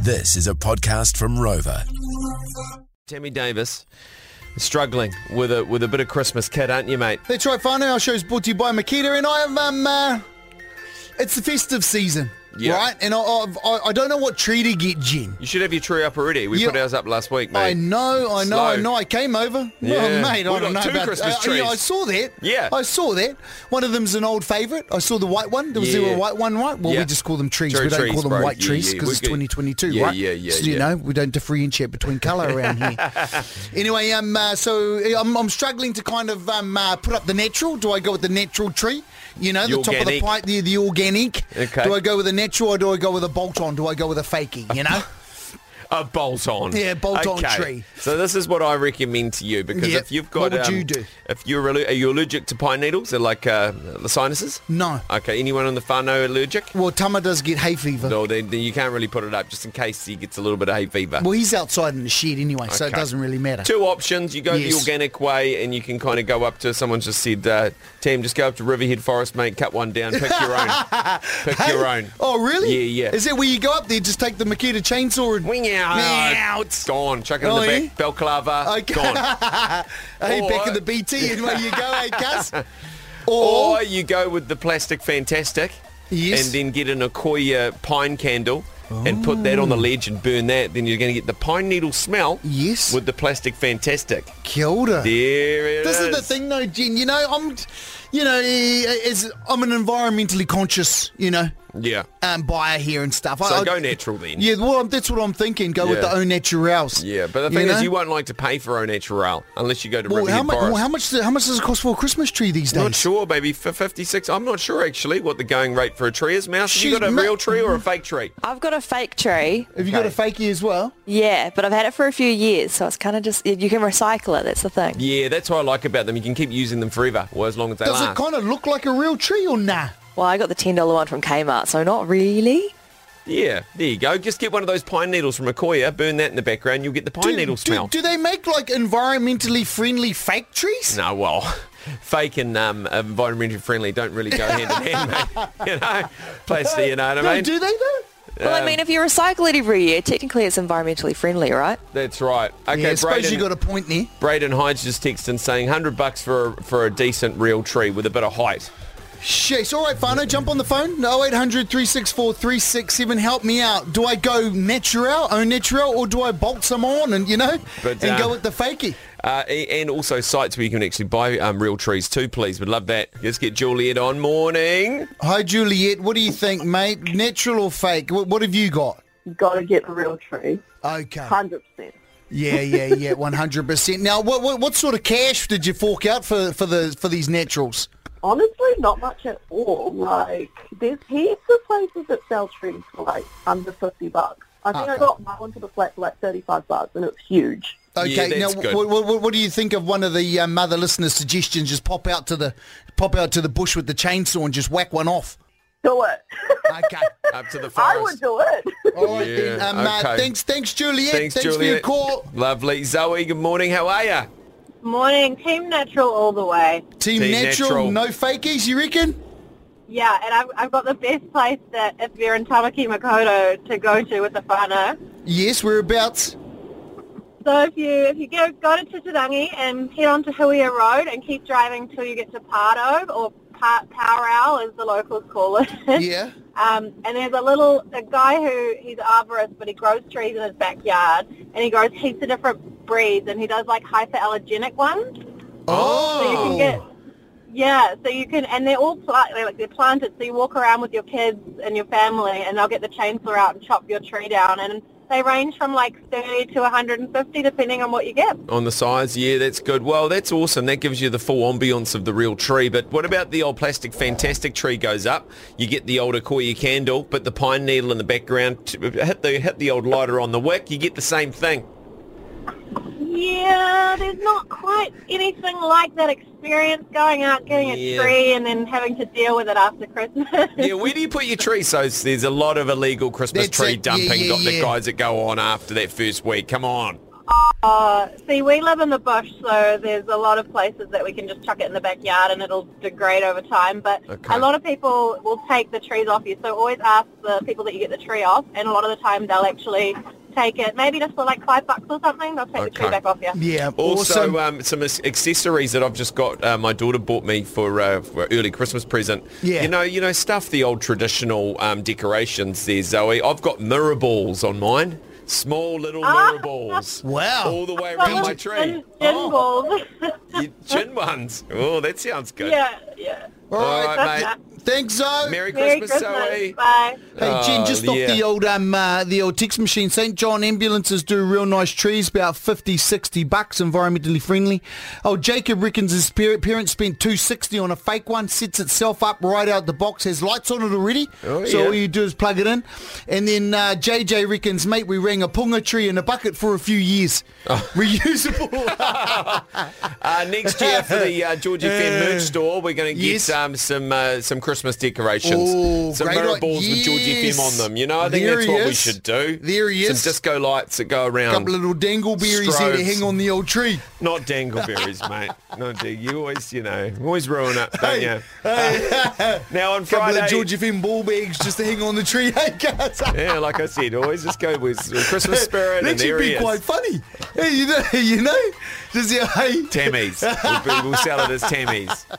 This is a podcast from Rover. Tammy Davis struggling with a with a bit of Christmas kid, aren't you, mate? That's right, Whānau. Our show's brought to you by Makita, and I am, um, uh, it's the festive season, Yeah. right? And I, I've- I, I don't know what tree to get, Jen. You should have your tree up already. We Yeah. put ours up last week, mate. I know, I know, I Slow. know. I came over. Yeah. Well, mate, We I don't got two know about Christmas uh, yeah, trees. I saw that. Yeah. I saw that. One of them's an old favourite. I saw the white one. There was Yeah. there a white one, right? Well, Yeah. we just call them trees. Tree we don't trees, call them bro. white Yeah, trees yeah, because we it's get- 2022, Yeah, right? yeah, yeah, So, you yeah. know, we don't differentiate between colour around here. anyway, um, uh, so I'm, I'm struggling to kind of um, uh, put up the natural. Do I go with the natural tree? You know, The the, top of the organic. pipe, the, the organic. Okay. Do I go with a natural or do I go with a bolt-on? Do I go with a fakie, you know? a bolt on. Yeah, bolt-on tree. So this is what I recommend to you because Yep. if you've got What would um, you do? If you're alle- are you allergic to pine needles? Are like uh, the sinuses? No. Okay. Anyone in the whānau allergic? Well, Tama does get hay fever. No, then, then you can't really put it up just in case he gets a little bit of hay fever. Well, he's outside in the shed anyway, so it Okay. doesn't really matter. Two options. You go the Yes. organic way and you can kind of go up to, someone just said, uh, Tim, just go up to Riverhead Forest, mate, cut one down, pick your own. pick Hey? your own. Oh, really? Yeah, yeah. Is that where you go up there, just take the Makita chainsaw and... Wing out. Meow. Gone. Chuck it in Oh, the yeah? back. Balaclava. Okay. Gone. Hey, Or- back in the BT and where you go, hey, cuz? Or... Or you go with the plastic fantastic Yes. and then get an Akoya pine candle and put that on Oh. the ledge and burn that. Then you're going to get the pine needle smell Yes. with the plastic fantastic. Kilda. There it This is the is. thing, though, Jen. You know, I'm, you know, is I'm an environmentally conscious, you know, Yeah. um, buyer here and stuff. So go natural then. Yeah, well, that's what I'm thinking. Go with Yeah. the au naturals. Yeah, but the thing is, know? you won't like to pay for au natural unless you go to Well, Riverhead how, mu- Forest. well, how much? How much does it cost for a Christmas tree these days? not sure, baby. For fifty-six, I'm not sure actually what the going rate for a tree is. Mouse, have you She's got a ma- real tree or a fake tree? I've got a fake tree. Have you got a fakie as well? Yeah, but I've had it for a few years, so it's kind of just, you can recycle it, that's the thing. Yeah, that's what I like about them. You can keep using them forever, or as long as they Does it last. kind of look like a real tree or nah? Well, I got the $10 one from Kmart, so not really. yeah, there you go. Just get one of those pine needles from Akoya, burn that in the background, you'll get the pine do, needle do- smell. Do, they make like environmentally friendly fake trees? No, well, fake and um, environmentally friendly don't really go hand in hand, mate. You know, place the, you know what I No, mean? do they though? well, I mean, if you recycle it every year, technically it's environmentally friendly, right? That's right. Okay, yeah, I suppose Brayden- you got a point there. Braden Hyde's just texted saying 100 bucks for a, for a decent real tree with a bit of height. Sheesh. All right, Fano, jump on the phone. 0800 364 367. Help me out. Do I go natural, au natural, or do I bolt some on and, you know, But, and uh, go with the fakie? Uh, a- and also sites where you can actually buy um, real trees too, please. Would love that. Let's get Juliet on. Morning. Hi, Juliet. What do you think, mate? Natural or fake? What, what have you got? got to get the real tree. Okay. 100%. Yeah, yeah, yeah, one hundred percent. Now, what, what what sort of cash did you fork out for for the for these naturals? Honestly, not much at all. Like, there's heaps of places that sell trees for like under 50 bucks. I think I Okay. got mine for the flat for like 35 bucks and it was huge. Yeah, Okay, that's now good. What, what, what do you think of one of the um, other listeners' suggestions? Just pop out to the pop out to the bush with the chainsaw and just whack one off. Do it. Okay, Up to the forest. I would do it. all right then. Yeah, Um, uh, okay. thanks, thanks, Juliet. Thanks, for your Juliet. call. Lovely. Zoe, good morning. How are you? Morning, Team Natural all the way. Team, Team Natural. natural, no fakies. You reckon? Yeah, and I've, I've got the best place that if you're in Tamaki Makoto to go to with the whānau. Yes, whereabouts? So if you if you go go to Titirangi and head onto Huia Road and keep driving till you get to Pardo or pa- Powerau as the locals call it. Yeah. Um, and there's a little a guy who he's an arborist, but he grows trees in his backyard, and he grows heaps of different breeds, and he does like hyperallergenic ones. Oh, So you can get, yeah, so you can, and they're all plant, they're, like, they're planted, so you walk around with your kids and your family, and they'll get the chainsaw out and chop your tree down, and they range from like 30 to 150, depending on what you get. On the size, yeah, that's good. Well, that's awesome. That gives you the full ambience of the real tree. But what about the old plastic fantastic tree goes up? You get the old Akoya candle, but the pine needle in the background. T- Hit the hit the old lighter on the wick. You get the same thing. Yeah, there's not quite anything like that experience going out, getting a Yeah. tree, and then having to deal with it after Christmas. Yeah, where do you put your tree? So s- there's a lot of illegal Christmas That's tree it. Yeah, dumping. yeah, got the yeah. guys that go on after that first week. Come on. Uh, see, we live in the bush, so there's a lot of places that we can just chuck it in the backyard and it'll degrade over time. But Okay. a lot of people will take the trees off you, so always ask the people that you get the tree off, and a lot of the time they'll actually take it, maybe just for like five bucks or something, they'll take the tree Okay. back off you. Yeah. Also, awesome. um, some ac- accessories that I've just got. Uh, my daughter bought me for, uh, for early Christmas present. Yeah. You know, you know, stuff the old traditional um, decorations there, Zoe. I've got mirror balls on mine. Small little Ah. mirror balls. Wow. All the way Got around my little tree. Oh. Gin, gin balls. You- Gin ones. Oh, that sounds good. yeah, yeah. All All right. right, mate. Thanks, Zoe. Merry, Merry Christmas, Zoe. Christmas. Bye. Hey, Jen, Oh, just off yeah. the old um, uh, the old text machine, St. John ambulances do real nice trees, about 50, 60 bucks, environmentally friendly. Oh, Jacob reckons his par- parents spent 260 on a fake one, sets itself up right out the box, has lights on it already, Oh, so yeah. all you do is plug it in. And then uh, JJ reckons, mate, we rang a punga tree in a bucket for a few years. Oh. Reusable. Uh, next year for the uh, Georgie Fair merch store, we're going to get Yes. um, some uh, some Christmas decorations, Oh, some great mirror i- balls with Georgie yes. Fem on them. You know, I think There that's he what we is. should do. There he is. Some disco lights that go A around. couple of little dangleberries there to Strobes. hang on the old tree. Not dangleberries, mate. No, do you always, you know, always ruin it, don't Hey, you? now on couple Friday, of George FM ball bags just to hang on the tree. Hey, guys. yeah, like I said, always just go with with Christmas spirit, That and there should be he is. quite funny. Hey, you know, you know, just yeah, hey. Tammies. We'll, be- we'll sell it as Tammies.